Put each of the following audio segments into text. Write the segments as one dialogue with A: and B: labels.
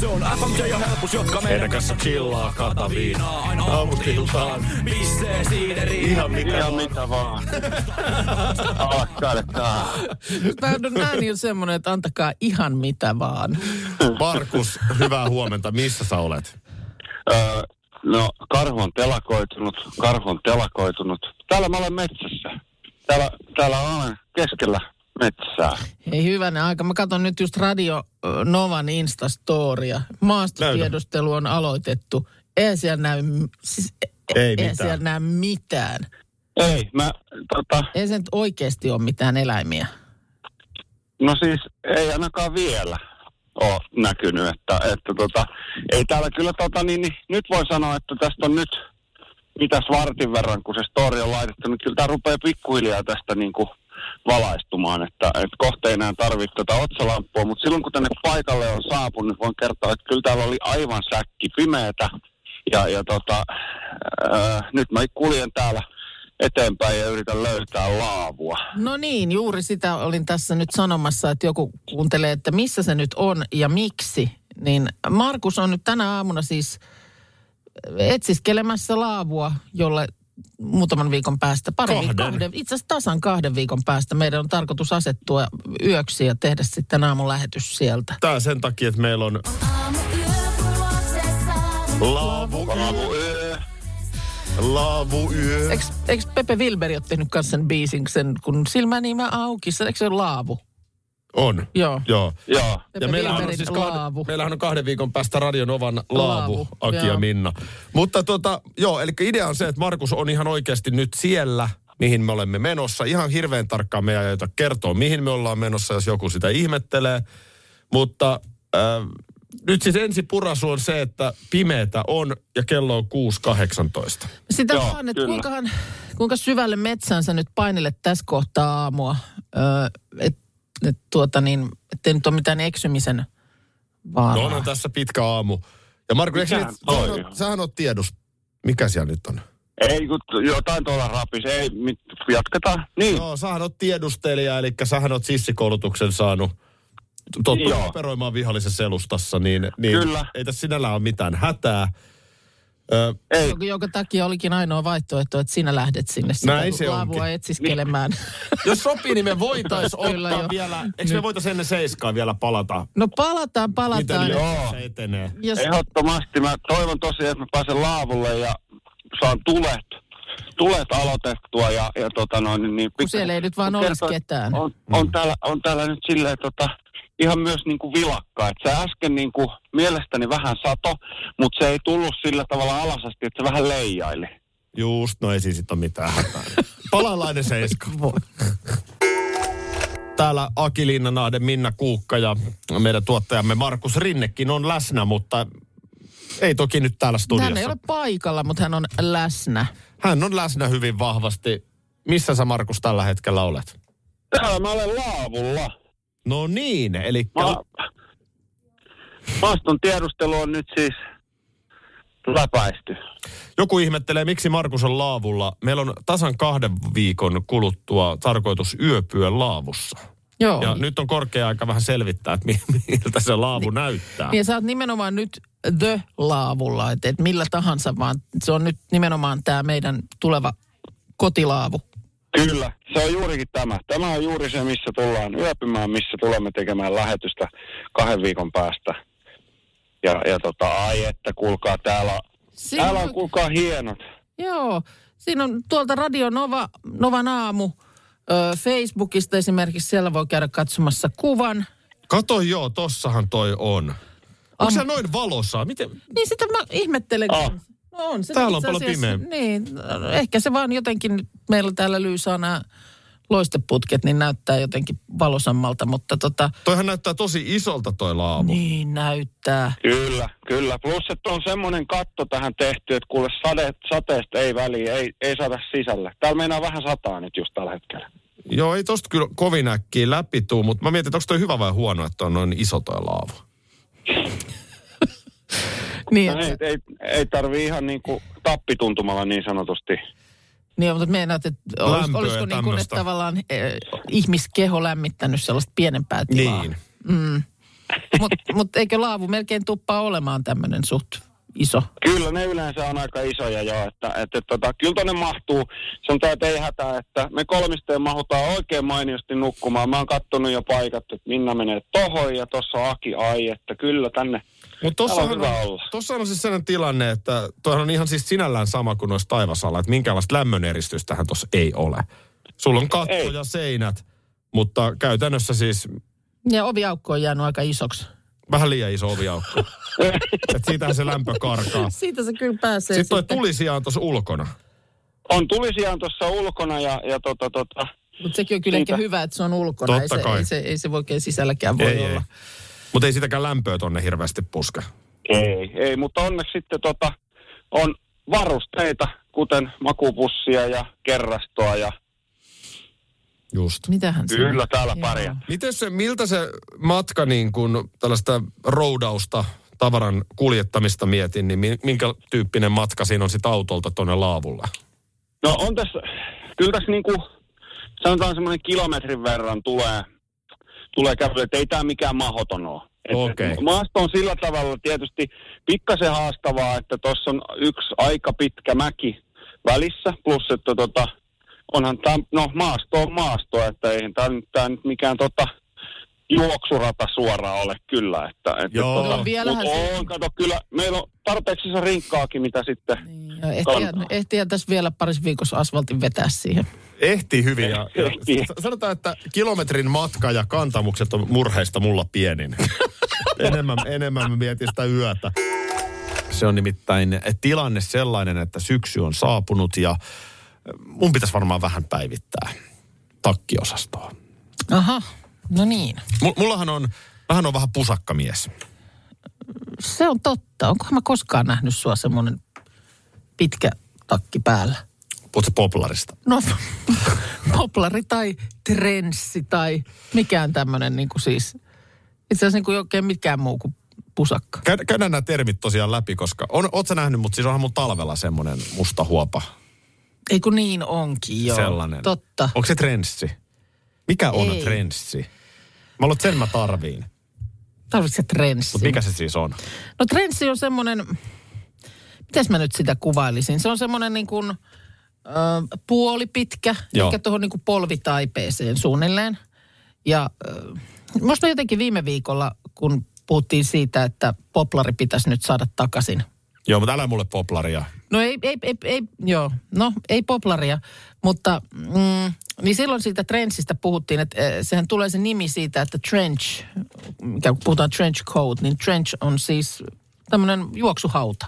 A: Se on FMJ ja helpus, jotka meidän kanssa chillaa kataviinaa aina aamutiltaan. Pissee siideriin. Ihan mitä.
B: Ihan mitä vaan. Alkaa
C: Tämä ääni on semmoinen, että antakaa ihan mitä vaan.
A: Markus, hyvää huomenta. Missä sä olet?
B: öö, No, karhu on telakoitunut, karhu on telakoitunut. Täällä mä olen metsässä. Täällä, täällä olen keskellä metsää.
C: Ei hyvänä aika. Mä katson nyt just Radio ö, Novan Instastoria. Maastotiedustelu on aloitettu. Ei siellä näy, m- siis,
A: Ei
C: ei
A: mitään.
C: siellä näy mitään.
B: Ei, mä, tota,
C: Ei se nyt oikeasti ole mitään eläimiä.
B: no siis ei ainakaan vielä ole näkynyt, että, että tota, ei täällä kyllä tota, niin, niin, nyt voi sanoa, että tästä on nyt mitäs vartin verran, kun se story on laitettu, niin kyllä tämä rupeaa pikkuhiljaa tästä niin kuin valaistumaan, että, että kohta ei enää tarvitse tätä otsalampua, mutta silloin kun tänne paikalle on saapunut, niin voin kertoa, että kyllä täällä oli aivan säkki pimeätä ja, ja tota, öö, nyt mä kuljen täällä eteenpäin ja yritän löytää laavua.
C: No niin, juuri sitä olin tässä nyt sanomassa, että joku kuuntelee, että missä se nyt on ja miksi. Niin Markus on nyt tänä aamuna siis etsiskelemässä laavua, jolle muutaman viikon päästä, paremmin
A: Kahden.
C: kahden. itse asiassa tasan kahden viikon päästä meidän on tarkoitus asettua yöksi ja tehdä sitten aamun lähetys sieltä.
A: Tää sen takia, että meillä on laavu,
B: Laavuyö.
A: laavuyö.
C: Eikö, eikö Pepe Wilberi ole tehnyt kanssa sen biisin, sen, kun silmäni mä auki, se, eikö se ole laavu?
A: On.
C: Joo.
A: Joo.
B: Joo.
A: Ja
C: Pepe
A: meillähän on
C: Wilberin
A: siis kahden,
C: laavu.
A: meillähän on kahden viikon päästä Radionovan laavu, laavu
C: Laavu,
A: Aki ja
C: joo.
A: Minna. Mutta tota, joo, eli idea on se, että Markus on ihan oikeasti nyt siellä, mihin me olemme menossa. Ihan hirveän tarkkaan me ei aiota kertoa, mihin me ollaan menossa, jos joku sitä ihmettelee. Mutta äh, nyt siis ensi purasu on se, että pimeätä on ja kello on 6.18.
C: Sitä
B: Joo,
C: Joo, vaan, että
B: kyllä.
C: kuinkahan, kuinka syvälle metsään sä nyt painelet tässä kohtaa aamua, öö, että et, tuota niin, ettei nyt ole mitään eksymisen
A: No
C: vaaraa.
A: onhan tässä pitkä aamu. Ja Markus, eikö
B: Mikähän
A: nyt, sähän,
B: toi
A: oot-
B: on?
A: sähän on tiedus. Mikä siellä nyt on?
B: Ei, kun jotain tuolla rapis. Ei, mit, jatketaan. Niin,
A: Joo, sähän oot tiedustelija, eli sähän oot sissikoulutuksen saanut. Tottu
B: Joo.
A: operoimaan vihollisessa elustassa, niin, niin
B: Kyllä.
A: ei tässä sinällään ole mitään hätää. Ö,
B: ei.
C: Joka, joka takia olikin ainoa vaihtoehto, että sinä lähdet sinne
A: Näin se
C: sitä laavua
A: onkin.
C: etsiskelemään.
A: jos sopii, niin me voitais
C: Kyllä
A: ottaa
C: jo.
A: vielä, eikö me voitais ennen seiskaa vielä palata?
C: No palataan,
A: Miten
C: palataan.
A: nyt se etenee?
C: Jos,
B: Ehdottomasti. Mä toivon tosiaan, että mä pääsen laavulle ja saan tulet, tulet aloitettua ja, ja tota noin, niin- niin... pikku-
C: siellä ei nyt vaan
B: kun
C: ole
B: kertoo,
C: ketään.
B: On, on, täällä, on täällä nyt silleen tota, ihan myös niin kuin vilakkaa. Et se äsken niin kuin, mielestäni vähän sato, mutta se ei tullut sillä tavalla alasasti, että se vähän leijaili.
A: Just, no ei siis sit ole mitään hätää. Palaillaan ennen seiskaa. Täällä Aki Linnanaade, Minna Kuukka ja meidän tuottajamme Markus Rinnekin on läsnä, mutta ei toki nyt täällä studiossa.
C: hän ei ole paikalla, mutta hän on läsnä.
A: Hän on läsnä hyvin vahvasti. Missä sä Markus tällä hetkellä olet?
B: Täällä mä olen laavulla.
A: No niin, eli
B: Ma- maaston tiedustelu on nyt siis läpäisty.
A: joku ihmettelee, miksi Markus on laavulla. Meillä on tasan kahden viikon kuluttua tarkoitus yöpyä laavussa.
C: Joo.
A: Ja nyt on korkea aika vähän selvittää, että mi- miltä se laavu näyttää.
C: Niin ja sä oot nimenomaan nyt the laavulla, että et millä tahansa, vaan se on nyt nimenomaan tämä meidän tuleva kotilaavu.
B: Kyllä, se on juurikin tämä. Tämä on juuri se, missä tullaan yöpymään, missä tulemme tekemään lähetystä kahden viikon päästä. Ja, ja tota, ai että, kuulkaa, täällä, on-
C: Siinä
B: täällä on,
C: on-
B: kuulkaa, hienot.
C: Joo, siinä on tuolta Radio Nova, Novan aamu ö, Facebookista esimerkiksi, siellä voi käydä katsomassa kuvan.
A: Kato joo, tossahan toi on. Onko se noin valossa? Miten?
C: Niin sitä mä ihmettelen.
B: Ah.
C: kun- No on se
A: Täällä on
C: itse
A: paljon
C: asiassa-
A: pimeä.
C: Niin, ehkä se vaan jotenkin, meillä täällä Lyysaa nämä loisteputket, niin näyttää jotenkin valosammalta, mutta tota,
A: Toihan näyttää tosi isolta toi laavu.
C: niin näyttää.
B: Kyllä, kyllä. Plus, että on semmoinen katto tähän tehty, että kuule sade, sateesta ei väliä, ei, ei saada sisälle. Täällä meinaa vähän sataa nyt just tällä hetkellä.
A: Joo, ei tosta kyllä kovin äkkiä läpi tuu, mutta mä mietin, että onko toi hyvä vai huono, että on noin iso toi laavu.
C: Niin,
B: No, ei,
C: että,
B: ei, ei tarvi ihan niin kuin tappituntumalla niin sanotusti.
C: niin mutta meinaat, että olis-
A: Lämpöä ja
C: olisiko niin kuin, että
A: tämmöstä.
C: tavallaan eh, ihmiskeho lämmittänyt sellaista pienempää tilaa.
A: Niin.
C: Mm. Mutta mut eikö laavu melkein tuppaa olemaan tämmöinen suht iso?
B: Kyllä ne yleensä on aika isoja jo, että, että, että, että kyllä tonne mahtuu. Sanotaan, että ei hätää, että me kolmisteen mahutaan oikein mainiosti nukkumaan. Mä oon kattonut jo paikat, että Minna menee tohon ja tossa Aki ai, että kyllä tänne.
A: Mutta
B: Täällä
A: tossahan,
B: on hyvä
A: on-
B: olla.
A: tossahan on siis sellainen tilanne, että toihan on ihan siis sinällään sama kuin noissa taivasalla, että minkäänlaista lämmöneristystähän tuossa ei ole. Sulla on katto
B: Ei.
A: ja seinät, mutta käytännössä siis
C: Ja oviaukko on jäänyt aika isoksi.
A: vähän liian iso oviaukko. Et siitähän se lämpö karkaa.
C: Siitä se kyllä pääsee
A: Sitten toi tulisija on tuossa ulkona.
B: On tulisijaan tuossa ulkona ja, ja tota, tota,
C: Mutta sekin on kyllä ehkä
B: Siitä.
C: hyvä, että se on ulkona.
A: Totta
C: ei, se,
A: kai.
C: ei, se, ei se voi oikein sisälläkään voi
A: ei,
C: olla.
A: ei. Mutta ei sitäkään lämpöä tonne hirveästi puske.
B: Ei, ei, mutta onneksi sitten tota, on varusteita, kuten makupussia ja kerrastoa ja
A: Just.
C: Mitähän se
B: kyllä
C: on?
B: täällä
C: Joo.
B: pärjää.
A: Miten se, miltä se matka niin kun tällaista roudausta, tavaran kuljettamista mietin, niin mi- minkä tyyppinen matka siinä on sit autolta tuonne laavulle?
B: No on tässä, kyllä tässä niinku, sanotaan semmoinen kilometrin verran tulee, tulee kävely, että ei tämä mikään mahoton ole. Et
A: Okei.
B: Maasto on sillä tavalla tietysti pikkasen haastavaa, että tuossa on yksi aika pitkä mäki välissä, plus että tota, onhan tämä, no maasto on maasto, että eihän tämä nyt mikään tota, juoksurata suoraan ole kyllä. Että, että
A: Joo.
B: tota,
A: No
C: vielähän
B: mut
C: se-
B: on, kato, kyllä meillä on tarpeeksi se rinkkaakin, mitä sitten
C: Niin, ja Ehtiä,
B: Kannattaa.
C: ehtiä tässä vielä parissa viikossa asfaltin vetää siihen.
A: Ehti hyvin. Ja, ja
B: Ehtii.
A: s- sanotaan, että kilometrin matka ja kantamukset on murheista mulla pienin. enemmän, enemmän mä mietin sitä yötä. Se on nimittäin tilanne sellainen, että syksy on saapunut ja eh, mun pitäisi varmaan vähän päivittää takkiosastoa.
C: Aha, no niin.
A: M- mullahan on, vähän on vähän pusakkamies.
C: Se on totta. Onkohan mä koskaan nähnyt sua semmoinen pitkä takki päällä?
A: Puhutko poplarista?
C: No, poplari tai trenssi tai mikään tämmöinen niin kuin siis. Itse asiassa niin kuin oikein mikään muu kuin pusakka.
A: Käy- Käydään nämä termit tosiaan läpi, koska on, oot sä nähnyt, mutta siis onhan mun talvella semmoinen musta huopa.
C: Ei kun niin onkin, joo.
A: Sellainen.
C: Totta.
A: Onko se trenssi? Mikä on
C: Ei.
A: trenssi? Mä luulen, että sen mä tarviin.
C: Tarvitset trenssi.
A: Mutta mikä se siis on?
C: No trenssi on semmoinen, mitäs mä nyt sitä kuvailisin? Se on semmoinen niin kuin ö, puolipitkä,
A: Joo.
C: eli tuohon niin kuin polvitaipeeseen suunnilleen. Ja ö, musta jotenkin viime viikolla, kun puhuttiin siitä, että poplari pitäisi nyt saada takaisin.
A: Joo, mutta älä mulle poplaria.
C: No ei, ei, ei, ei joo, no ei poplaria, mutta mm, niin silloin siitä trenchistä puhuttiin, että eh, sehän tulee se nimi siitä, että trench, mikä kun puhutaan trench coat, niin trench on siis tämmöinen juoksuhauta.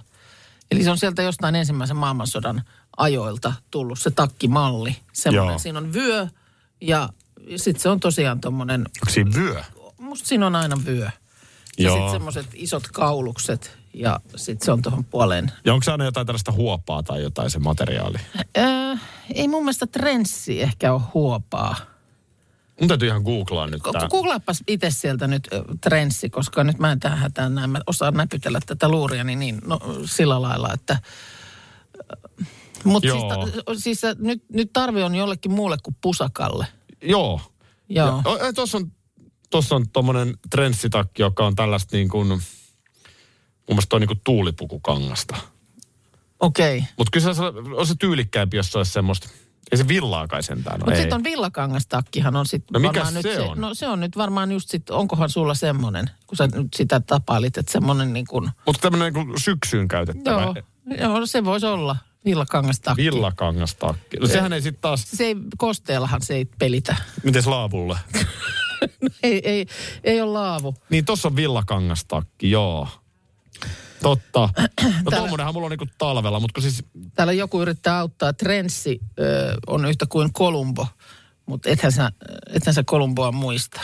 C: Eli se on sieltä jostain ensimmäisen maailmansodan ajoilta tullut se takkimalli.
A: Joo.
C: Semmoinen, siinä on vyö ja sitten se on tosiaan tommonen,
A: Onko siinä vyö?
C: musta siinä on aina vyö. Ja
A: Joo.
C: sitten semmoiset isot kaulukset ja sitten se on tuohon puoleen
A: Ja onko se aina jotain tällaista huopaa tai jotain se materiaali?
C: Öö, ei mun mielestä trenssi ehkä ole huopaa.
A: Mun täytyy ihan googlaa nyt
C: Ko-
A: tää.
C: Googlaappas itse sieltä nyt ö, trenssi, koska nyt mä en tähän hätään näin. Mä osaan näpytellä tätä luuria niin, niin no, sillä lailla, että... Mutta siis,
A: Joo.
C: ta- siis ä, nyt, nyt tarve on jollekin muulle kuin pusakalle.
A: Joo.
C: Joo.
A: Ja, o- tossa on, tossa on tommonen trenssitakki, joka on tällaista niin kuin, mun mielestä toi niin kuin tuulipukukangasta.
C: Okei. Okay.
A: Mutta kyllä se on- on se tyylikkäämpi, jos se olisi semmoista. Ei se villaa kai sentään ole.
C: Mutta
A: Ei.
C: sitten on villakangastakkihan on sitten
A: No mikä
C: nyt
A: se on?
C: No se on nyt varmaan just sit, onkohan sulla semmoinen, kun sä nyt sitä tapailit, että semmoinen niin kuin...
A: Mutta tämmöinen niin syksyyn käytettävä
C: Joo, joo, se voisi olla villakangastakki.
A: villakangastakki. No, sehän ei sitten taas,
C: se ei, kosteellahan se ei pelitä.
A: miten laavulle?
C: No Ei, ei, ei ole laavu.
A: niin tossa on villakangastakki, joo. Totta. No tuommoinenhan mulla on niinku talvella, mutta siis
C: Täällä joku yrittää auttaa. Trenssi ö, on yhtä kuin Kolumbo. Mutta ethän sä, ethän sä Kolumboa muista.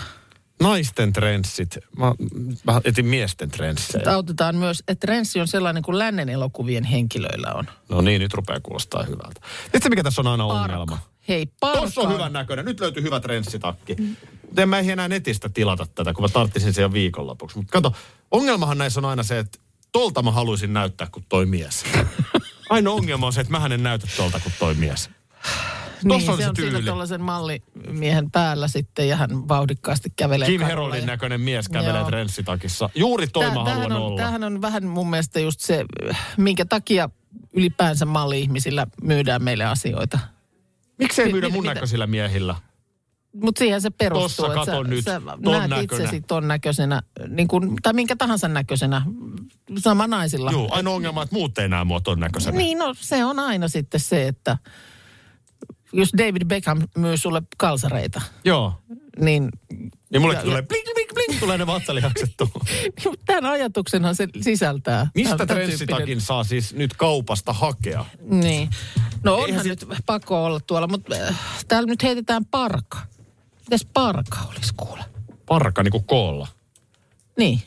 A: Naisten trendsit. Mä, mä etin miesten
C: Mutta
A: trendsejä.
C: autetaan myös, että Renssi on sellainen kuin lännen elokuvien henkilöillä on.
A: No niin, nyt rupeaa kuulostaa hyvältä. Tiedätkö, mikä tässä on aina ongelma?
C: Hei, parka.
A: Tossa on hyvän näköinen. Nyt löytyy hyvä trenssitakki. Mutta en mä ehdi enää netistä tilata tätä, kun mä tarttisin sen viikonlopuksi. Mutta kato, ongelmahan näissä on aina se, että tolta mä haluaisin näyttää kuin toi mies. Aina ongelma on se, että mähän en näytä tolta kuin toi mies.
C: Niin,
A: Tossa on
C: se
A: se
C: on
A: tyyli.
C: siinä tuollaisen mallimiehen päällä sitten ja hän vauhdikkaasti kävelee
A: Kim
C: kadulla
A: Herolin
C: ja-
A: näköinen mies kävelee
C: Joo.
A: trenssitakissa. Juuri toi
C: Tää-
A: mä
C: tämähän
A: haluan
C: on,
A: olla.
C: Tämähän on vähän mun mielestä just se, minkä takia ylipäänsä malli-ihmisillä myydään meille asioita.
A: Miksei
C: Mi-
A: myydä
C: mi-
A: mun
C: mitä-
A: näköisillä miehillä?
C: Mutta siihen se perustuu,
A: Tossa
C: että sä,
A: katon nyt,
C: sä
A: ton
C: näet
A: näköinen.
C: itsesi ton näköisenä, niin kun, tai minkä tahansa näköisenä, sama naisilla.
A: Joo, aina ongelma, että muut ei näe mua ton näköisenä.
C: Niin, no se on aina sitten se, että jos David Beckham myy sulle kalsareita,
A: Joo.
C: niin
A: Niin mullekin
C: Ja-
A: tulee
C: ja-
A: bling, bling, bling, tulee ne vatsalihakset tuohon.
C: tämän ajatuksenhan se sisältää.
A: Mistä
C: Tämän- tämän
A: trenssitakin saa siis nyt kaupasta hakea?
C: tyyppinen- Niin. No onhan nyt pakko olla tuolla, mutta äh, täällä nyt heitetään parka. Mitäs parka olisi kuule?
A: Parka niinku koolla.
C: Niin.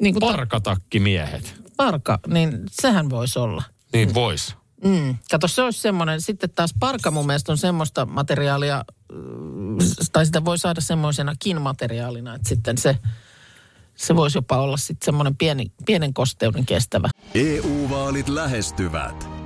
C: Niin kuin ta-
A: Parkatakkimiehet.
C: parka, niin sehän voisi olla.
A: Niin vois.
C: Mm. Kato, se olisi semmoinen. Sitten taas parka mun mielestä on semmoista materiaalia, mm, s- tai sitä voi saada semmoisenakin materiaalina, että sitten se, se voisi jopa olla sitten semmoinen pieni, pienen kosteuden kestävä.
D: EU-vaalit E lähestyvät.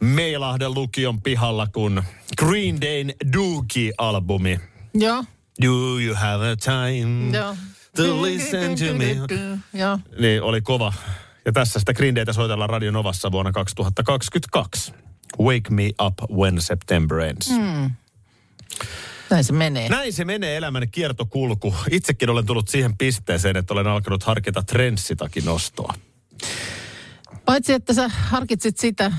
A: Meilahden lukion pihalla, kun Green Dayn Dookie-albumi.
C: Joo,
A: Do you have a time
C: joo.
A: to listen to me?
C: Joo.
A: Niin, oli kova. Ja tässä sitä Green Daytä soitellaan Radio Novassa vuonna 2022. Wake me up when September ends. Mm.
C: Näin se menee.
A: Näin se menee elämän kiertokulku. Itsekin olen tullut siihen pisteeseen, että olen alkanut harkita trenssitakin nostoa.
C: Paitsi, että sä harkitsit sitä äh,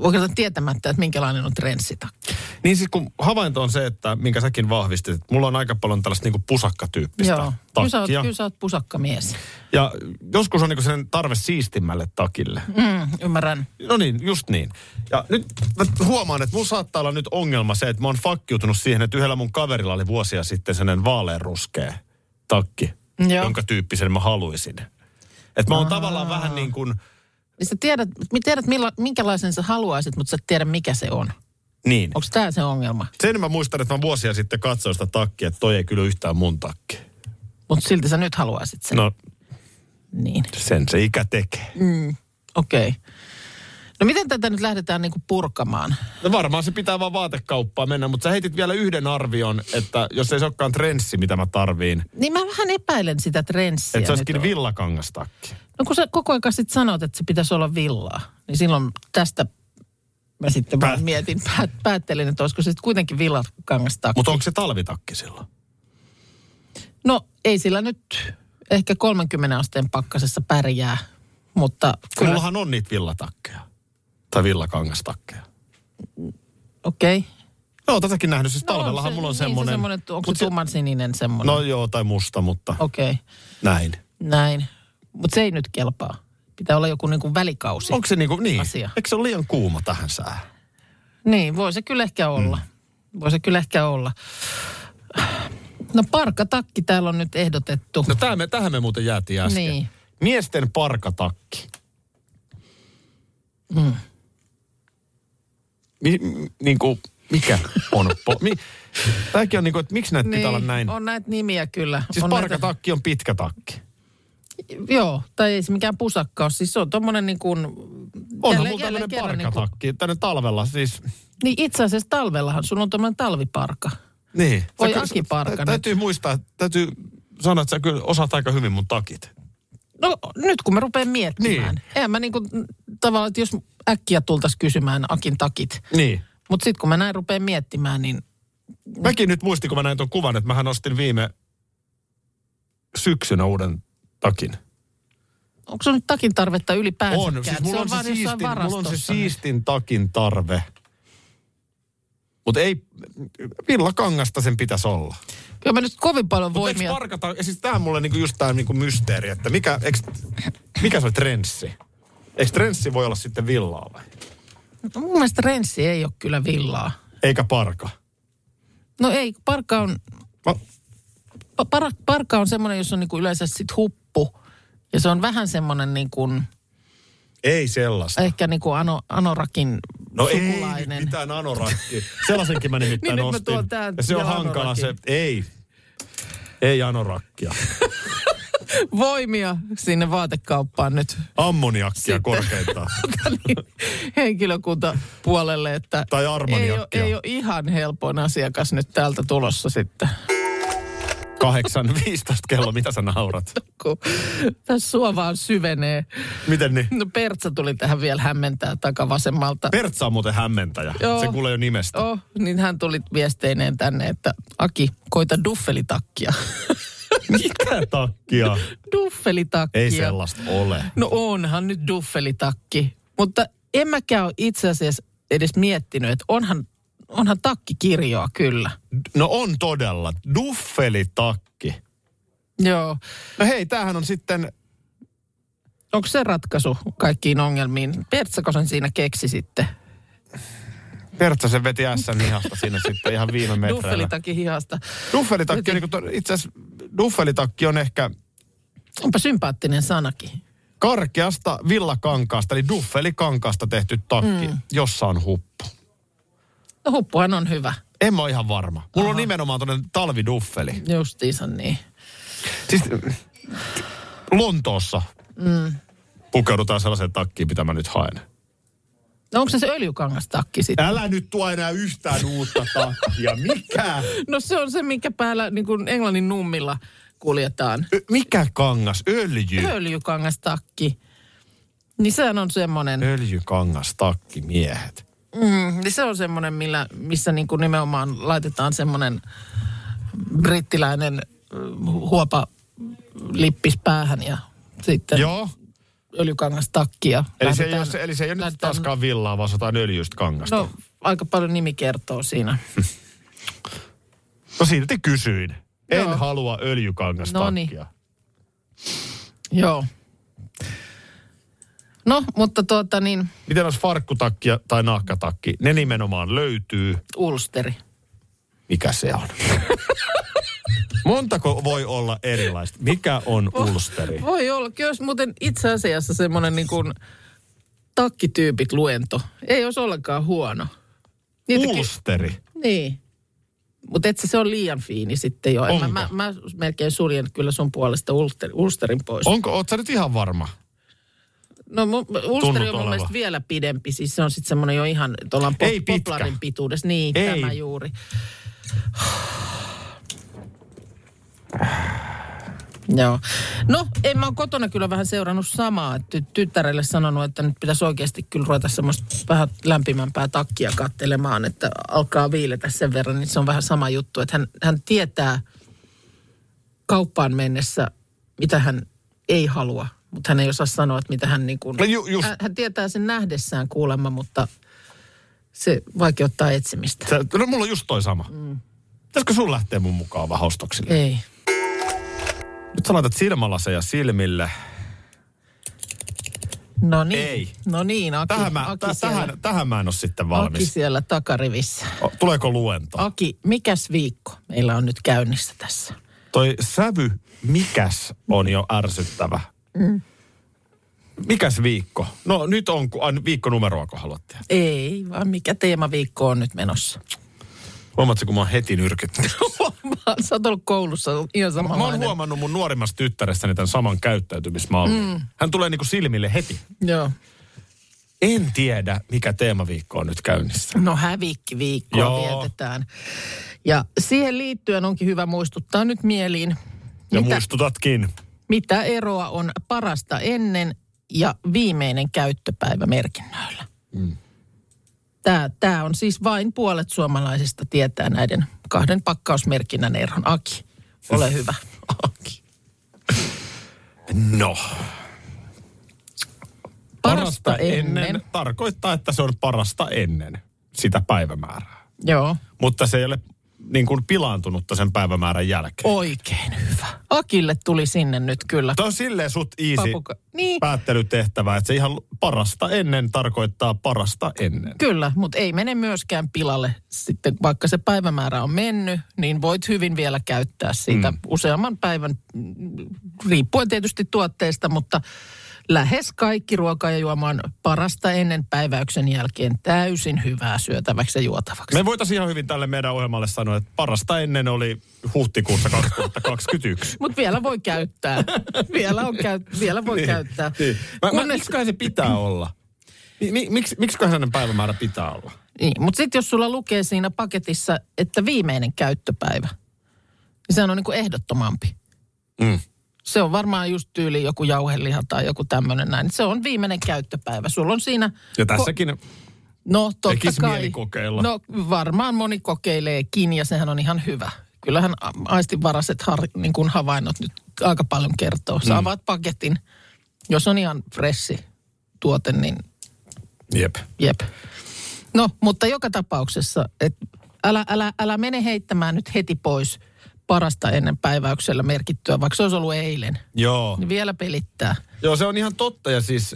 C: oikeastaan tietämättä, että minkälainen on trenssitakki.
A: Niin siis kun havainto on se, että minkä säkin vahvistit, että mulla on aika paljon tällaista niinku pusakkatyyppistä
C: Joo. Kyllä sä, oot,
A: takkia.
C: kyllä sä oot pusakkamies.
A: Ja joskus on niinku sen tarve siistimmälle takille.
C: Mm, ymmärrän.
A: No niin, just niin. Ja nyt mä huomaan, että mulla saattaa olla nyt ongelma se, että mä oon fakkiutunut siihen, että yhdellä mun kaverilla oli vuosia sitten sellainen vaaleanruskea takki,
C: Joo.
A: jonka tyyppisen mä haluaisin. Että mä oon tavallaan vähän niin kuin,
C: Niin sä tiedät, mi- tiedät milla, minkälaisen sä haluaisit, mutta sä et tiedä mikä se on.
A: niin.
C: Onko tämä se ongelma?
A: Sen mä muistan, että mä vuosia sitten katsoin sitä takkia, että toi ei kyllä yhtään mun takki.
C: Mutta silti sä nyt haluaisit sen.
A: No
C: Niin,
A: sen se ikä tekee.
C: okei. Okay. No miten tätä nyt lähdetään niinku purkamaan?
A: No varmaan se pitää vaan vaatekauppaan mennä, mutta sä heitit vielä yhden arvion, että jos ei se olekaan trenssi, mitä mä tarviin,
C: Niin mä vähän epäilen sitä trenssiä
A: että se
C: nyt
A: olisikin
C: on.
A: villakangastakki.
C: No kun sä koko ajan sit sanot, että se pitäisi olla villaa, niin silloin tästä mä sitten
A: Päät-
C: vaan mietin, päät, päättelin, että olisiko se sitten kuitenkin villakangastakki.
A: Mutta onko se talvitakki silloin?
C: No ei sillä nyt ehkä 30 asteen pakkasessa pärjää, mutta
A: Kyllä.
C: kyllä,
A: Mullahan on niitä villatakkeja. Tai villakangastakkeja.
C: okei. Okay.
A: Joo, tätäkin nähnyt. Siis talvellahan
C: se-
A: mulla on
C: niin,
A: semmoinen.
C: Se semmoinen onko
A: Mut
C: se tumman sininen semmoinen?
A: No joo, tai musta, mutta okay.
C: Okei, okay.
A: näin.
C: näin. Mutta se ei nyt kelpaa. Pitää olla joku niinku välikausi.
A: Onko se niinku, niin?
C: Asia.
A: Eikö se ole liian kuuma tähän sään?
C: Niin, voi se kyllä ehkä olla. Mm. Voi se kyllä ehkä olla. No parkkatakki täällä on nyt ehdotettu.
A: No tähän me, tähän me muuten jäätiin äsken.
C: Niin.
A: Miesten parkatakki. Mm. Mi, mi, niin kuin, mikä on? Po, mi, tämäkin on niin kuin, että miksi näitä niin, pitää olla näin? On,
C: On näitä nimiä kyllä.
A: siis
C: on
A: parkatakki on pitkä takki.
C: Näitä, joo, tai ei se mikään pusakka ole. Siis se on tommonen niin kuin...
A: Onhan
C: jälleen-
A: mulla
C: jälleen
A: tämmöinen
C: kerran niin kuin-
A: parkatakki. Niin Tänne talvella siis.
C: Niin itse asiassa talvellahan sulla on tämmöinen talviparka.
A: Niin. Sä
C: Voi
A: kyllä-
C: Aki Parka
A: tä-
C: nyt.
A: Täytyy muistaa, täytyy sanoa, että sä kyllä osaat aika hyvin mun takit.
C: No nyt kun mä rupean miettimään.
A: Niin.
C: Niin. Eihän mä niinku mm, tavallaan, että jos äkkiä tultaisiin kysymään Akin takit.
A: Niin.
C: Mutta sitten kun mä näin rupean miettimään, niin
A: Mäkin nyt muistin, kun mä näin tuon kuvan, että mähän ostin viime syksynä uuden takin.
C: onko se nyt takin tarvetta ylipäänsä?
A: On, siis mulla on, se siistin, mulla on se siistin takin tarve. Mutta ei, villakangasta sen pitäisi olla.
C: Kyllä mä nyt kovin paljon
A: Mutta eikö
C: voimia.
A: parkata, siis tää on mulle niinku just tää niinku mysteeri, että mikä, eiks, mikä se oli trenssi? Eikö trenssi voi olla sitten villaa vai?
C: No, mun mielestä renssi ei ole kyllä villaa.
A: Eikä parka.
C: No ei, parkka on,
A: Mä,
C: pa- para, parkka on semmoinen, jos on niinku yleensä sit huppu. Ja se on vähän semmoinen niin kuin,
A: ei sellaista.
C: ehkä niin kuin ano, Anorakin
A: No ei nyt
C: sukulainen.
A: mitään anorakki. Sellaisenkin mä nimittäin
C: Niin nyt mä
A: ostin.
C: tuon tää
A: ja se on
C: vielä
A: hankala se,
C: anorakin.
A: ei. Ei anorakkia.
C: Voimia sinne vaatekauppaan nyt.
A: Ammoniakkia
C: Sitten.
A: korkeintaan.
C: tota niin, henkilökunta puolelle, että
A: Tai
C: ei ole,
A: armoniakkia.
C: ei ole ihan helpoin asiakas nyt täältä tulossa sitten.
A: 8.15 kello, mitä sä naurat?
C: Kun tässä sua vaan syvenee.
A: Miten niin?
C: No Pertsa tuli tähän vielä hämmentää takavasemmalta.
A: Pertsa on muuten hämmentäjä.
C: Joo.
A: Se kuulee jo nimestä.
C: Oh, niin hän tuli viesteineen tänne, että Aki, koita duffelitakkia.
A: Mitä takkia?
C: duffelitakkia.
A: Ei sellaista ole.
C: No onhan nyt duffelitakki. Mutta en mäkään ole itse asiassa edes miettinyt, että onhan, onhan takkikirjoa kyllä.
A: No on todella. Duffelitakki.
C: Joo.
A: No hei, tämähän on sitten...
C: Onko se ratkaisu kaikkiin ongelmiin? Pertsakosen siinä keksi sitten.
A: Pertsa sen veti ässän nihasta sinne sitten ihan viime metreillä.
C: Duffelitakin hihasta.
A: Duffelitakki on, niin kuin, itse asiassa duffelitakki on ehkä
C: Onpa sympaattinen sanakin.
A: karkeasta villakankaasta, eli duffelikankaasta tehty takki, mm. jossa on huppu.
C: No huppuhan on hyvä.
A: En mä ole ihan varma. Mulla Aha. on nimenomaan tuonne talviduffeli.
C: Justiinsa niin.
A: Siis Lontoossa mm. pukeudutaan sellaiseen takkiin, mitä mä nyt haen.
C: No onko se se öljykangastakki sitten?
A: Älä nyt tuo enää yhtään uutta takkia. Mikä?
C: No se on se, minkä päällä niin kuin englannin nummilla kuljetaan.
A: Ö, mikä kangas? Öljy.
C: Öljykangastakki. Niin sehän on semmoinen.
A: Öljykangas takki miehet.
C: Mm, niin se on semmoinen, millä, missä niin kuin nimenomaan laitetaan semmoinen brittiläinen mm, huopa lippis päähän ja sitten
A: Joo.
C: öljykangas takki. Ja
A: Eli se, ei
C: lähdetään-
A: ole, se- eli se ei ole nyt
C: lähdetään-
A: taaskaan villaa, vaan se on jotain öljyistä kangasta.
C: No, aika paljon nimi kertoo siinä.
A: No silti kysyin. En
C: Joo. No niin.
A: halua öljykangastakkia.
C: Noniin. Joo. No, mutta tuota niin,
A: Miten olisi farkkutakki ja- tai nahkatakki? Ne nimenomaan löytyy.
C: ulsteri.
A: Mikä se on? Montako voi olla erilaista? Mikä on ulsteri?
C: Voi olla. Kyllä olisi muuten itse asiassa semmoinen niin kuin takkityypit luento. Ei olisi ollenkaan huono. Niitäkin-
A: Ulsteri.
C: Niin. Mutta et se, se on liian fiini sitten jo. Mä,
A: Onko?
C: mä, mä, melkein suljen kyllä sun puolesta ulster, ulsterin pois.
A: Onko, oot sä nyt ihan varma?
C: No mu- ulsteri on mun
A: olevan.
C: mielestä vielä pidempi. Siis se on sitten semmoinen jo ihan, että ollaan pop,
A: Ei pitkä.
C: poplarin pituudessa. Niin,
A: Ei.
C: tämä juuri. Joo. No, en mä oon kotona kyllä vähän seurannut samaa. Ty- tyttärelle sanonut, että nyt pitäisi oikeasti kyllä ruveta semmoista vähän lämpimämpää takkia kattelemaan, että alkaa viiletä sen verran, niin se on vähän sama juttu. Että hän, hän tietää kauppaan mennessä, mitä hän ei halua, mutta hän ei osaa sanoa, että mitä hän niin kuin...
A: No ju- just.
C: hän, hän tietää sen nähdessään kuulemma, mutta se vaikeuttaa etsimistä.
A: Sä, no mulla on just toi sama. Mm. Pitäisikö sun lähteä mun mukaan vähän ostoksille?
C: Ei.
A: Nyt sä laitat silmälaseja silmille.
C: No niin.
A: Ei.
C: No niin, Aki,
A: Tähän mä,
C: Aki,
A: tä,
C: siellä,
A: tähän, tähän mä en ole sitten
C: Aki
A: valmis.
C: siellä takarivissä.
A: O, Tuleeko luento?
C: Aki, mikäs viikko meillä on nyt käynnissä tässä?
A: Toi sävy, mikäs on jo ärsyttävä.
C: Mm.
A: Mikäs viikko? No nyt on, ku- an- viikkonumeroa kun haluat tehdä.
C: Ei, vaan mikä teemaviikko on nyt menossa?
A: Huomaatko, kun mä oon heti nyrkyttänyt?
C: Sä oot ollut koulussa ihan
A: Mä oon
C: samanlainen.
A: huomannut mun nuorimmasta tyttärestäni tämän saman käyttäytymismallin. Mm. Hän tulee niinku silmille heti.
C: Joo.
A: En tiedä, mikä teemaviikko on nyt käynnissä.
C: No hävikkiviikkoa
A: Joo.
C: vietetään. Ja siihen liittyen onkin hyvä muistuttaa nyt mieliin,
A: Ja
C: mitä,
A: muistutatkin.
C: mitä eroa on parasta ennen ja viimeinen käyttöpäivä merkinnöillä. Mm. Tämä, tämä on siis vain puolet suomalaisista tietää näiden kahden pakkausmerkinnän eron. Aki, ole hyvä. Aki.
A: No.
C: Parasta, ennen.
A: tarkoittaa, että se on parasta ennen sitä päivämäärää.
C: Joo,
A: Mutta se ei ole niin kuin pilaantunutta sen päivämäärän jälkeen.
C: oikein hyvä. Akille tuli sinne nyt kyllä.
A: Tämä on silleen sut easy
C: Papuka- Niin.
A: päättelytehtävä, että se ihan parasta ennen tarkoittaa parasta ennen.
C: Kyllä, mutta ei mene myöskään pilalle. Sitten vaikka se päivämäärä on mennyt, niin voit hyvin vielä käyttää siitä mm. useamman päivän, mm, riippuen tietysti tuotteesta, mutta lähes kaikki ruoka ja juoma on parasta ennen päiväyksen jälkeen täysin hyvää syötäväksi ja juotavaksi.
A: Me voitaisiin ihan hyvin tälle meidän ohjelmalle sanoa, että parasta ennen oli huhtikuussa 2021.
C: Mutta vielä voi käyttää. vielä, on käy- vielä voi käyttää.
A: Niin. Mä, mä,
C: Kunnes-
A: miksiköhän se pitää olla? Mi, mi, miksi, miksiköhän sellainen päivämäärä pitää olla?
C: Niin, mutta sitten jos sulla lukee siinä paketissa, että viimeinen käyttöpäivä, niin sehän on niin kuin ehdottomampi.
A: Mm.
C: Se on varmaan just tyyli joku jauheliha tai joku tämmöinen näin. Se on viimeinen käyttöpäivä. Sulla on siinä...
A: Ja
C: ko-
A: tässäkin
C: No totta
A: tekisi
C: kai.
A: mieli kokeilla.
C: No varmaan moni kokeileekin ja sehän on ihan hyvä. Kyllähän a- aistinvaraiset har, niin kuin havainnot nyt aika paljon kertoo.
A: Mm.
C: Sä avaat paketin, jos on ihan fressi tuote, niin
A: Jep.
C: Jep. No, mutta joka tapauksessa, et älä, älä, älä mene heittämään nyt heti pois parasta ennen päiväyksellä merkittyä, vaikka se olisi ollut eilen.
A: Joo.
C: Niin vielä pelittää.
A: Joo, se on ihan totta ja siis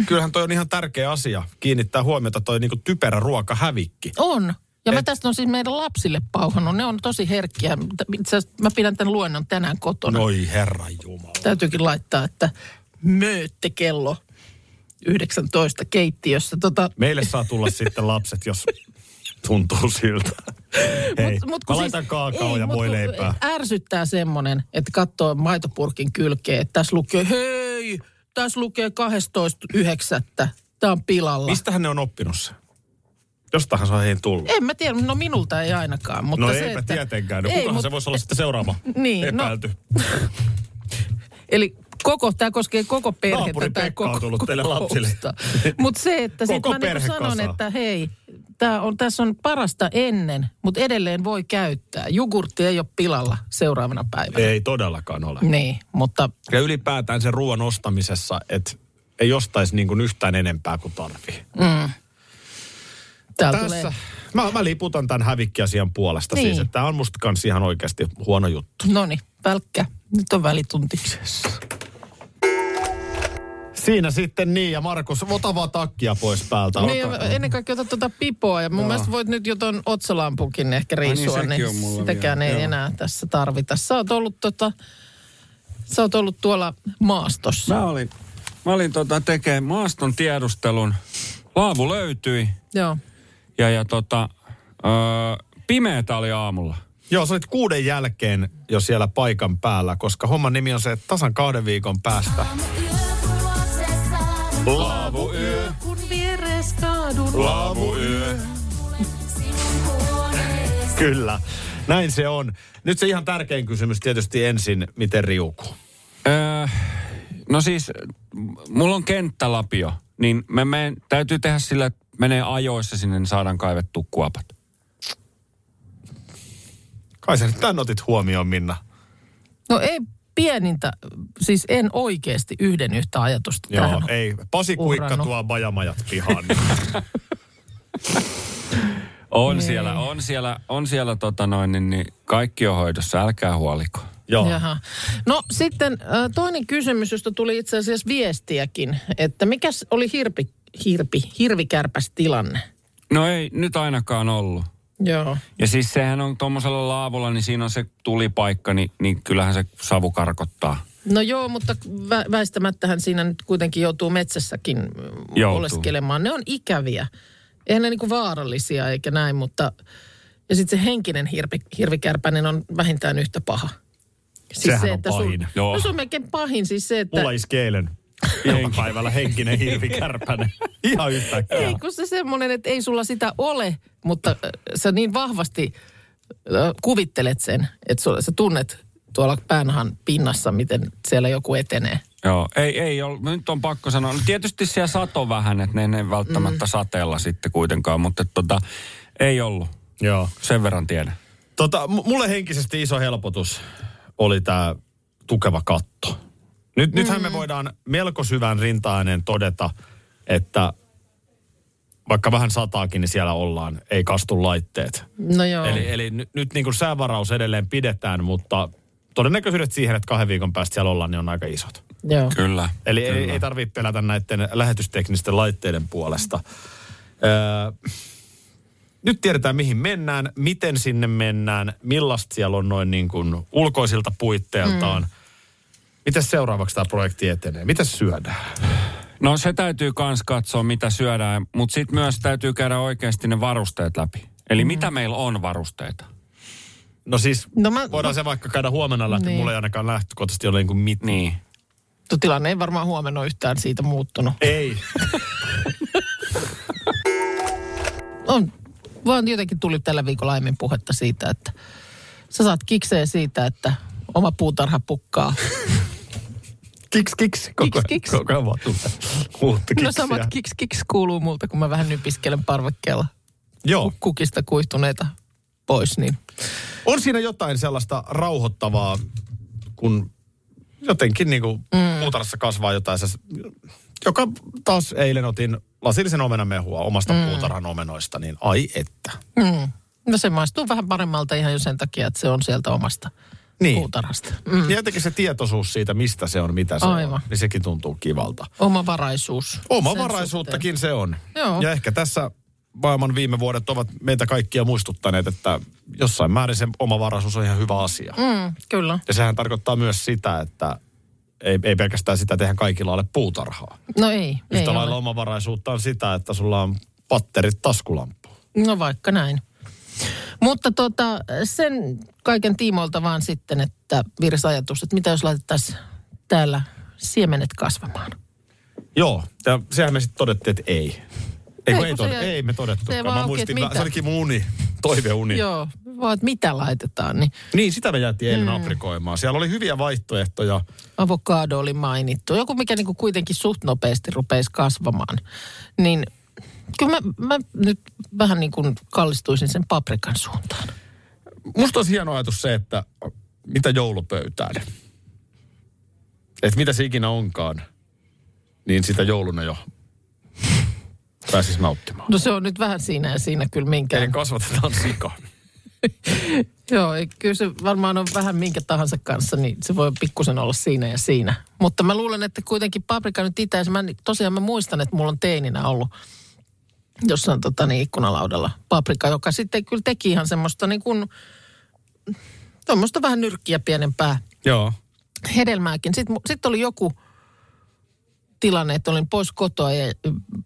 A: äh, kyllähän toi on ihan tärkeä asia kiinnittää huomiota toi niinku typerä ruokahävikki.
C: On. Ja mä
A: Et-
C: tästä on siis meidän lapsille pauhannut. Ne on tosi herkkiä. Itse asiassa mä pidän tämän luennon tänään kotona.
A: Noi herra jumala.
C: Täytyykin laittaa, että möötte kello 19 keittiössä. Tota,
A: Meille saa tulla sitten lapset, jos tuntuu siltä. Hei, mut, mut, mä
C: kun
A: laitan siis, kaakao ja
C: mut
A: voi
C: kun
A: leipää.
C: Ärsyttää semmonen, että katsoo maitopurkin kylkeen, että tässä lukee, hei, tässä lukee 12.9. Tämä on pilalla.
A: Mistähän ne on oppinut sen? Jostahan se on heihin tullut.
C: En mä tiedä, no minulta ei ainakaan. Mutta
A: no
C: se,
A: eipä
C: että,
A: tietenkään. No, kukahan se voisi olla sitten seuraava
C: Niin, no,
A: epäilty?
C: Eli koko, tämä koskee koko perhettä.
A: Naapuri
C: tää
A: Pekka on
C: koko
A: tullut teille lapsille.
C: Mutta se, että sit
A: Koko
C: mä niinku
A: perhe
C: sanon,
A: kasaan.
C: että hei, tää on, tässä on parasta ennen, mutta edelleen voi käyttää. Jogurtti ei ole pilalla seuraavana päivänä.
A: Ei todellakaan ole.
C: Niin, mutta
A: Ja ylipäätään sen ruoan ostamisessa, että ei ostaisi niin kuin yhtään enempää kuin tarvii.
C: täällä tulee...
A: Tässä, mä, mä liputan tämän hävikkiasian puolesta
C: Niin.
A: siis, että tämä on musta kans ihan oikeasti huono juttu.
C: No niin, välkkä. Nyt on välitunti.
A: Siinä sitten niin, ja Markus, ota vaan takkia pois päältä.
C: Niin,
A: ota.
C: ennen kaikkea ota tuota pipoa ja mun mielestä voit nyt jo ton otsalampunkin ehkä riisua,
E: sekin
C: niin,
E: on mulla
C: sitäkään
E: vielä,
C: ei
E: joo.
C: enää tässä tarvita. Sä oot ollut, tota, sä oot ollut tuolla maastossa.
E: Mä olin, mä olin tota tekee maaston tiedustelun. Laavu löytyi
C: Joo.
E: ja, ja tota, öö, pimeetä oli aamulla.
A: Joo, sä olit kuuden jälkeen jo siellä paikan päällä, koska homman nimi on se, että tasan kahden viikon päästä. Laavuyö,
C: Kun vieres kaadun.
A: laavuyö. Kyllä, näin se on. Nyt se ihan tärkein kysymys tietysti ensin, miten riukuu.
E: Öö, no siis, m- mulla on kenttälapio, niin mä meen, täytyy tehdä sillä, että menee ajoissa sinne, niin saadaan kaivettua kuopat.
A: Kai sä nyt tän otit huomioon, Minna.
C: No ei pienintä, siis en oikeasti yhden yhtä ajatusta
A: Joo,
C: tähän.
A: ei. Pasi Kuikka
C: uhrannut.
A: tuo bajamajat pihaan.
E: On siellä, on siellä, on siellä tota noin, niin, niin kaikki on hoidossa, älkää huoliko.
A: Joo.
C: Jaha. No sitten äh, toinen kysymys, josta tuli itse asiassa viestiäkin, että mikä oli hirpi, hirpi, hirvikärpäs tilanne?
E: No ei nyt ainakaan ollut.
C: Joo.
E: Ja siis sehän on tuommoisella laavulla, niin siinä on se tulipaikka, niin, niin kyllähän se savu karkottaa.
C: No joo, mutta vä- väistämättähän siinä nyt kuitenkin joutuu metsässäkin mm,
E: Joutuu.
C: oleskelemaan. Ne on ikäviä. Eihän ne niinku vaarallisia eikä näin, mutta... Ja sitten se henkinen hirvi, hirvikärpäinen on vähintään yhtä paha. Siis
F: Sehän on pahin.
C: Sun,
E: Joo.
C: no se on melkein pahin siis se, että...
F: Mulla iski eilen päivällä henkinen hirvikärpänen. Ihan yhtäkkiä.
C: Ei, kun se semmoinen, että ei sulla sitä ole, mutta äh, sä niin vahvasti äh, kuvittelet sen, että sulla, sä tunnet tuolla päänhan pinnassa, miten siellä joku etenee.
E: Joo, ei, ei ole. Nyt on pakko sanoa. No tietysti siellä sato vähän, että ne, ne ei välttämättä mm. sateella sitten kuitenkaan, mutta tota, ei ollut.
F: Joo.
E: Sen verran tiedän.
A: Tota, m- mulle henkisesti iso helpotus oli tämä tukeva katto. Nyt, mm. Nythän me voidaan melko syvän rintaääneen todeta, että vaikka vähän sataakin, niin siellä ollaan, ei kastu laitteet.
C: No joo.
A: Eli, eli nyt, nyt niin kuin säävaraus edelleen pidetään, mutta todennäköisyydet siihen, että kahden viikon päästä siellä ollaan, niin on aika isot.
C: joo.
E: Kyllä.
A: Eli ei, ei tarvitse pelätä näiden lähetysteknisten laitteiden puolesta. Öö, nyt tiedetään, mihin mennään, miten sinne mennään, millaista siellä on noin niin kuin ulkoisilta puitteiltaan. Mm. Miten seuraavaksi tämä projekti etenee? Mitä syödään?
E: No se täytyy kans katsoa, mitä syödään, mutta sitten myös täytyy käydä oikeasti ne varusteet läpi. Eli mm. mitä meillä on varusteita?
A: No siis,
C: No mä-
A: voidaan se vaikka käydä huomenna lähtö. Niin.
C: Niin.
A: Mulla ei ainakaan lähtökohtaisesti ole niin kuin mit-
E: Niin.
C: Tuo tilanne ei varmaan huomenna ole yhtään siitä muuttunut.
A: Ei.
C: On, vaan jotenkin tuli tällä viikolla aiemmin puhetta siitä, että sä saat kikseen siitä, että oma puutarha pukkaa.
A: Kiks, kiks. Koko,
C: Kiks, kiks.
A: Koko ajan vaan tulee uutta kiksiä.
C: No samat kiks, kiks kuuluu multa, kun mä vähän nypiskelen parvekkeella
A: Joo.
C: kukista kuihtuneita pois, niin
A: On siinä jotain sellaista rauhoittavaa, kun jotenkin niin kuin mm. puutarhassa kasvaa jotain. Se, joka taas eilen otin lasillisen omenamehua omasta mm. puutarhan omenoista, niin ai että.
C: Mm. No se maistuu vähän paremmalta ihan jo sen takia, että se on sieltä omasta
A: Niin.
C: niin. puutarhasta.
A: Mm.
C: Mm.
A: Ja jotenkin se tietoisuus siitä, mistä se on, mitä se on,
C: Aivan.
A: niin sekin tuntuu kivalta.
C: Oma varaisuus.
A: Oma
C: sen
A: varaisuuttakin se on.
C: Joo.
A: Ja ehkä tässä maailman viime vuodet ovat meitä kaikkia muistuttaneet, että jossain määrin se oma varaisuus on ihan hyvä asia. Mm.
C: suhteen. Mm, kyllä.
A: Ja sehän tarkoittaa myös sitä, että ei, ei pelkästään sitä tehdä kaikilla ole puutarhaa.
C: No ei, ei
A: Yhtä
C: ole.
A: lailla omavaraisuutta on sitä, että sulla on patterit taskulamppu.
C: No vaikka näin. Mutta tota, sen kaiken tiimoilta vaan sitten, että virsa ajatus, että mitä jos laitettaisiin täällä siemenet kasvamaan.
A: Joo, ja sehän me sitten todettiin, että ei. Ei, kun ei,
C: kun se
A: tod-
C: jäi-
A: ei me todettu.
C: se ei vaan
A: Mä
C: auki,
A: muistin,
C: että
A: mä,
C: mitä.
A: se olikin mun uni, toiveuni.
C: Joo, vaan että mitä laitetaan, niin
A: Niin, sitä me jäätiin eilen
C: Mm.
A: aprikoimaan. Siellä oli hyviä vaihtoehtoja.
C: avokaado oli mainittu. Joku, mikä niinku kuitenkin suht nopeasti rupeisi kasvamaan. Niin kyllä mä, mä nyt vähän niin kuin kallistuisin sen paprikan suuntaan.
A: Musta olisi hieno ajatus se, että mitä joulupöytään. Että mitä se ikinä onkaan, niin sitä jouluna jo pääsis nauttimaan.
C: No se on nyt vähän siinä ja siinä kyllä minkä.
A: Ei kasvatetaan sika.
C: Joo, ei, kyllä se varmaan on vähän minkä tahansa kanssa, niin se voi pikkusen olla siinä ja siinä. Mutta mä luulen, että kuitenkin paprika nyt itäis. Mä, en- tosiaan mä muistan, että mulla on teininä ollut jossain tota, niin ikkunalaudalla paprika, joka sitten kyllä teki ihan semmoista niin kuin, tuommoista vähän nyrkkiä pienempää
A: Joo.
C: hedelmääkin. Sitten sit oli joku tilanne, että olin pois kotoa ja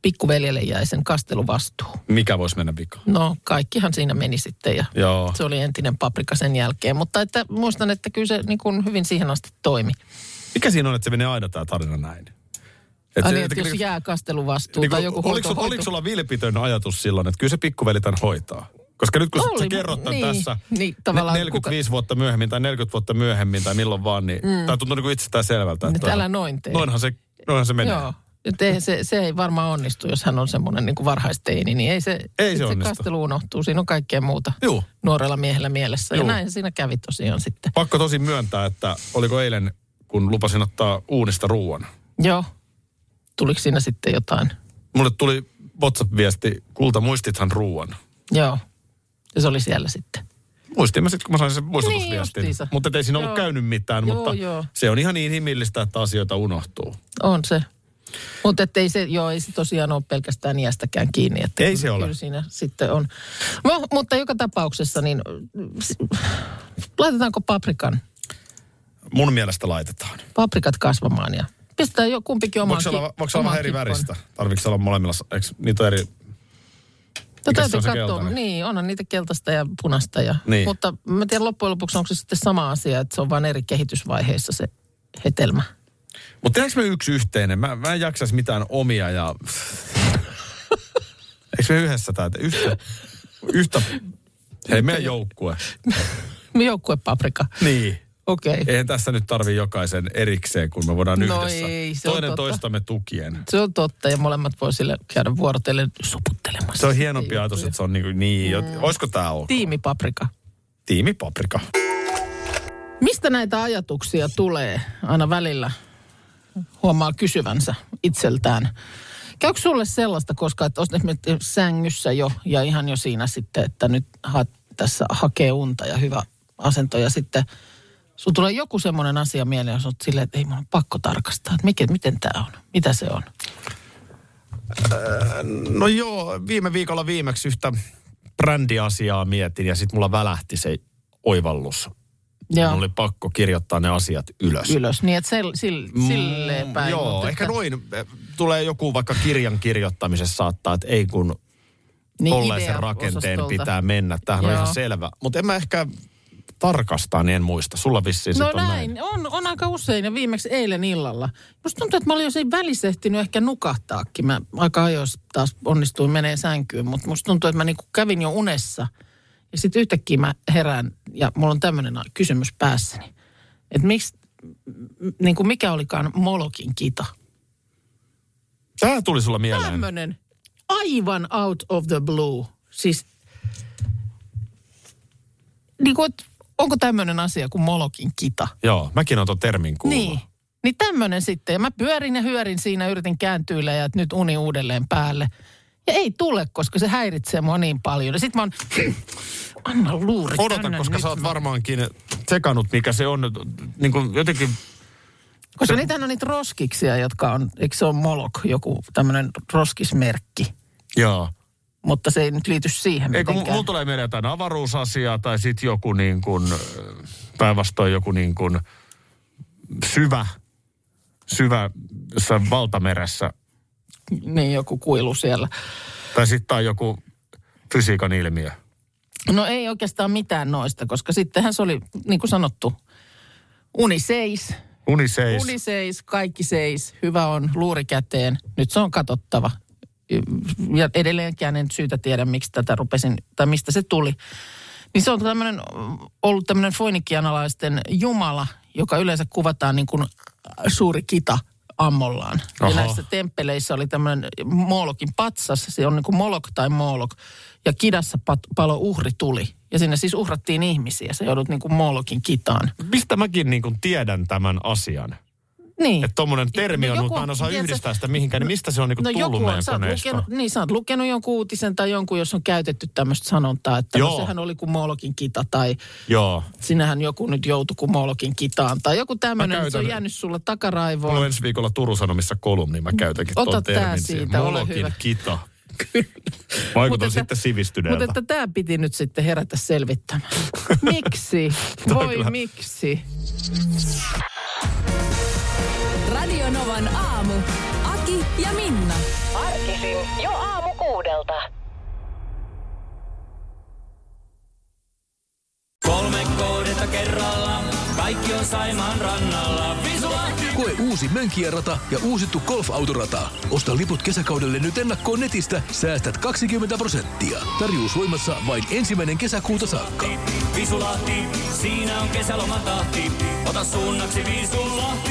C: pikkuveljelle jäi sen kasteluvastuu.
A: Mikä voisi mennä vikaan?
C: No kaikkihan siinä meni sitten ja
A: Joo.
C: se oli entinen paprika sen jälkeen. Mutta että muistan, että kyllä se niin kuin hyvin siihen asti toimi.
A: Mikä siinä on, että se menee aina tämä tarina näin? Et
C: Ai niin, että
A: niinku-
C: jos jää kasteluvastuu
A: Niin
C: tai Tuota, joku
A: oliko,
C: hoito-
A: oliko
C: hoito-
A: niinku, sulla vilpitön ajatus silloin, että kyllä se pikkuveli tämän hoitaa? Koska nyt kun
C: Oli,
A: sä
C: mut-
A: kerrot tämän
C: niin,
A: tässä
C: niin,
A: ne-
C: tavallaan
A: 45 vuotta myöhemmin tai 40 vuotta myöhemmin tai milloin vaan, niin mm. tämä tuntuu niin itsestään selvältä.
C: Nyt älä noin tee.
A: Noinhan se, noinhan se menee.
C: Joo. Et eihän se, se ei varmaan onnistu, jos hän on semmoinen niin kuin varhaisteini, niin ei se,
A: Ei
C: sit
A: se
C: se
A: onnistu.
C: kastelu unohtuu. Siinä on kaikkea muuta
A: Juu.
C: nuorella miehellä mielessä.
A: Juu.
C: Ja näin siinä kävi tosiaan sitten.
A: Pakko tosi myöntää, että oliko eilen, kun lupasin ottaa uunista ruoan.
C: Joo. Tuliko siinä sitten jotain?
A: Mulle tuli WhatsApp-viesti, kulta muistithan ruoan.
C: Joo. Ja se oli siellä sitten.
A: Muistin mä sitten, kun mä sain sen
C: Niin
A: muistutusviestin.
C: justiinsa.
A: mutta ei siinä ollut
C: Joo.
A: käynyt mitään,
C: Joo,
A: mutta
C: joo.
A: se on ihan niin inhimillistä, että asioita unohtuu.
C: On se. Mutta ei se, joo, ei se tosiaan ole pelkästään iästäkään kiinni. Että
A: Ei
C: kyllä-
A: se ole.
C: Kyllä siinä sitten on. No, mutta joka tapauksessa, niin s- laitetaanko paprikan,
A: Mun mielestä laitetaan.
C: paprikat kasvamaan ja pistetään jo kumpikin omaan
A: Voiko se olla,
C: ki-
A: voiko se olla
C: omaan
A: vähän eri
C: kippoon.
A: väristä? Tarviiko se olla molemmilla? Eikö niitä ole eri...
C: No,
A: Mikäs se
C: täytyy
A: on se
C: katsoa.
A: keltainen?
C: Niin, onhan niitä keltaista ja punaista. Ja,
A: Niin.
C: Mutta mä tiedän loppujen lopuksi, onko se sitten sama asia, että se on vain eri kehitysvaiheissa se hetelmä.
A: Mutta tehdäänkö me yksi yhteinen? Mä, mä en jaksaisi mitään omia ja... Eikö me yhdessä tää te- yhtä, yhtä... Hei, meidän joukkue.
C: Joukkue paprika.
A: Niin.
C: Okei. Okay.
A: Eihän tässä nyt tarvi jokaisen erikseen, kun me voidaan
C: No
A: yhdessä.
C: ei, se on
A: Toinen
C: totta.
A: toistamme tukien.
C: Se on totta ja molemmat voi sille käydä vuorotellen suputtelemassa.
A: Se on hienompi ajatus, että se on niin, niin mm. olisiko tämä ok?
C: Tiimipaprika.
A: Tiimi paprika.
C: Mistä näitä ajatuksia tulee aina välillä? Huomaa kysyvänsä itseltään. Käykö sulle sellaista koska että olet esimerkiksi sängyssä jo ja ihan jo siinä sitten, että nyt haet tässä hakee unta ja hyvä asento ja sitten sun tulee joku semmoinen asia mieleen, jos olet silleen, että ei mun on pakko tarkastaa, että mikä, miten tämä on, mitä se on.
A: No joo, viime viikolla viimeksi yhtä brändiasiaa mietin ja sitten mulla välähti se oivallus. Joo.
C: Joo,
A: Mun oli pakko kirjoittaa ne asiat ylös. Mm,
C: ylös. Niin, että sel, sil, silleen päin.
A: Joo,
C: mutta
A: ehkä
C: että-
A: noin. eh, Tulee joku vaikka kirjan kirjoittamisessa saattaa, että ei kun niin tollaisen
C: idea
A: rakenteen
C: osastolta.
A: pitää mennä. Tämähän on
C: Joo.
A: ihan selvä. Mutta en mä ehkä tarkastaa, niin en muista. Sulla vissiin
C: No
A: sit on
C: näin, On, on aika usein ja viimeksi eilen illalla. Musta tuntuu, että mä olin jo siinä välissä ehtinyt ehkä nukahtaakin. Mä aika ajoissa taas onnistuin menee sänkyyn, mutta musta tuntuu, että mä niinku kävin jo unessa. Ja sitten yhtäkkiä mä herään ja mulla on tämmöinen kysymys päässäni. Että miksi, niin kuin mikä olikaan Molokin kita?
A: Tämä tuli sulla mieleen.
C: Tämmöinen aivan out of the blue. Siis, niin kuin, onko tämmöinen asia kuin Molokin kita?
A: Joo, mäkin on tuon termin kuullut.
C: Niin. Niin tämmönen sitten. Ja mä pyörin ja hyörin siinä, yritin kääntyillä ja että nyt uni uudelleen päälle. Ja ei tule, koska se häiritsee mua niin paljon. Ja sit mä oon, anna luuri
A: Odota,
C: tänne
A: koska
C: nyt.
A: sä oot varmaankin tsekannut, mikä se on. Niin kuin jotenkin,
C: Koska niitä on niitä roskiksia, jotka on, eikö se ole molok, joku tämmönen roskismerkki.
A: joo.
C: Mutta se ei nyt liity siihen
A: Eikö,
C: mitenkään.
A: mulla tulee mieleen jotain avaruusasiaa tai sitten joku niin kuin, äh, päinvastoin joku niin kuin syvä, syvä jossain valtameressä.
C: Niin, joku kuilu siellä.
A: Tai sitten joku fysiikan ilmiö.
C: No ei oikeastaan mitään noista, koska sittenhän se oli, niin kuin sanottu, uni seis.
A: Uniseis.
C: Uni seis, kaikki seis, hyvä on, luuri käteen. Nyt se on katsottava. Ja edelleenkään en syytä tiedä, miksi tätä rupesin, tai mistä se tuli. Niin se on tämmönen, ollut tämmöinen foinikianalaisten jumala, joka yleensä kuvataan niin kuin suuri kita ammollaan.
A: Aha.
C: Aha. Ja näissä temppeleissä oli tämmöinen moolokin patsas, se on niin kuin molok tai moolok. Ja kidassa pat, palo uhri tuli. Ja sinne siis uhrattiin ihmisiä, se joudut niin kuin moolokin kitaan.
A: Mistä mäkin niin kuin tiedän tämän asian?
C: Niin.
A: Että tommonen termi
C: No
A: on,
C: joku
A: mutta mä en
C: on,
A: osaa
C: tiedätkö-
A: yhdistää sitä mihinkään. Niin mistä se on niin kuin
C: no
A: tullut
C: joku on,
A: meidän
C: sä oot
A: koneesta?
C: lukenut, niin sä oot lukenut jonkun uutisen tai jonkun, jos on käytetty tämmöistä sanontaa, että no,
A: Joo.
C: sehän oli kuin moolokin kita tai
A: Joo.
C: sinähän joku nyt joutui kuin moolokin kitaan tai joku tämmöinen, että se on
A: käytän-
C: jäänyt sulla
A: Mulla on
C: takaraivoon.
A: ensi viikolla Turun Sanomissa kolumni, niin mä käytänkin
C: Mm. Ota
A: tuon
C: tää
A: termin
C: siitä, ole
A: Molokin
C: hyvä.
A: kita.
C: Mutta
A: Vaikutan
C: että-
A: sitten sivistyneeltä.
C: Mutta että tämä piti nyt sitten herätä selvittämään. Miksi? Voi
A: kyllä-
C: miksi?
G: Radio Novan aamu. Aki ja Minna. Arkisin jo aamu kuudelta.
H: Kolme kohdetta kerralla, kaikki on Saimaan rannalla.
I: Koe uusi Mönkijärata ja uusittu golfautorata. Osta liput kesäkaudelle nyt ennakkoon netistä. Säästät 20 prosenttia. Tarjous voimassa vain ensimmäinen kesäkuuta saakka.
H: Visulahti, siinä on kesälomatahti. Ota suunnaksi Viisulahti.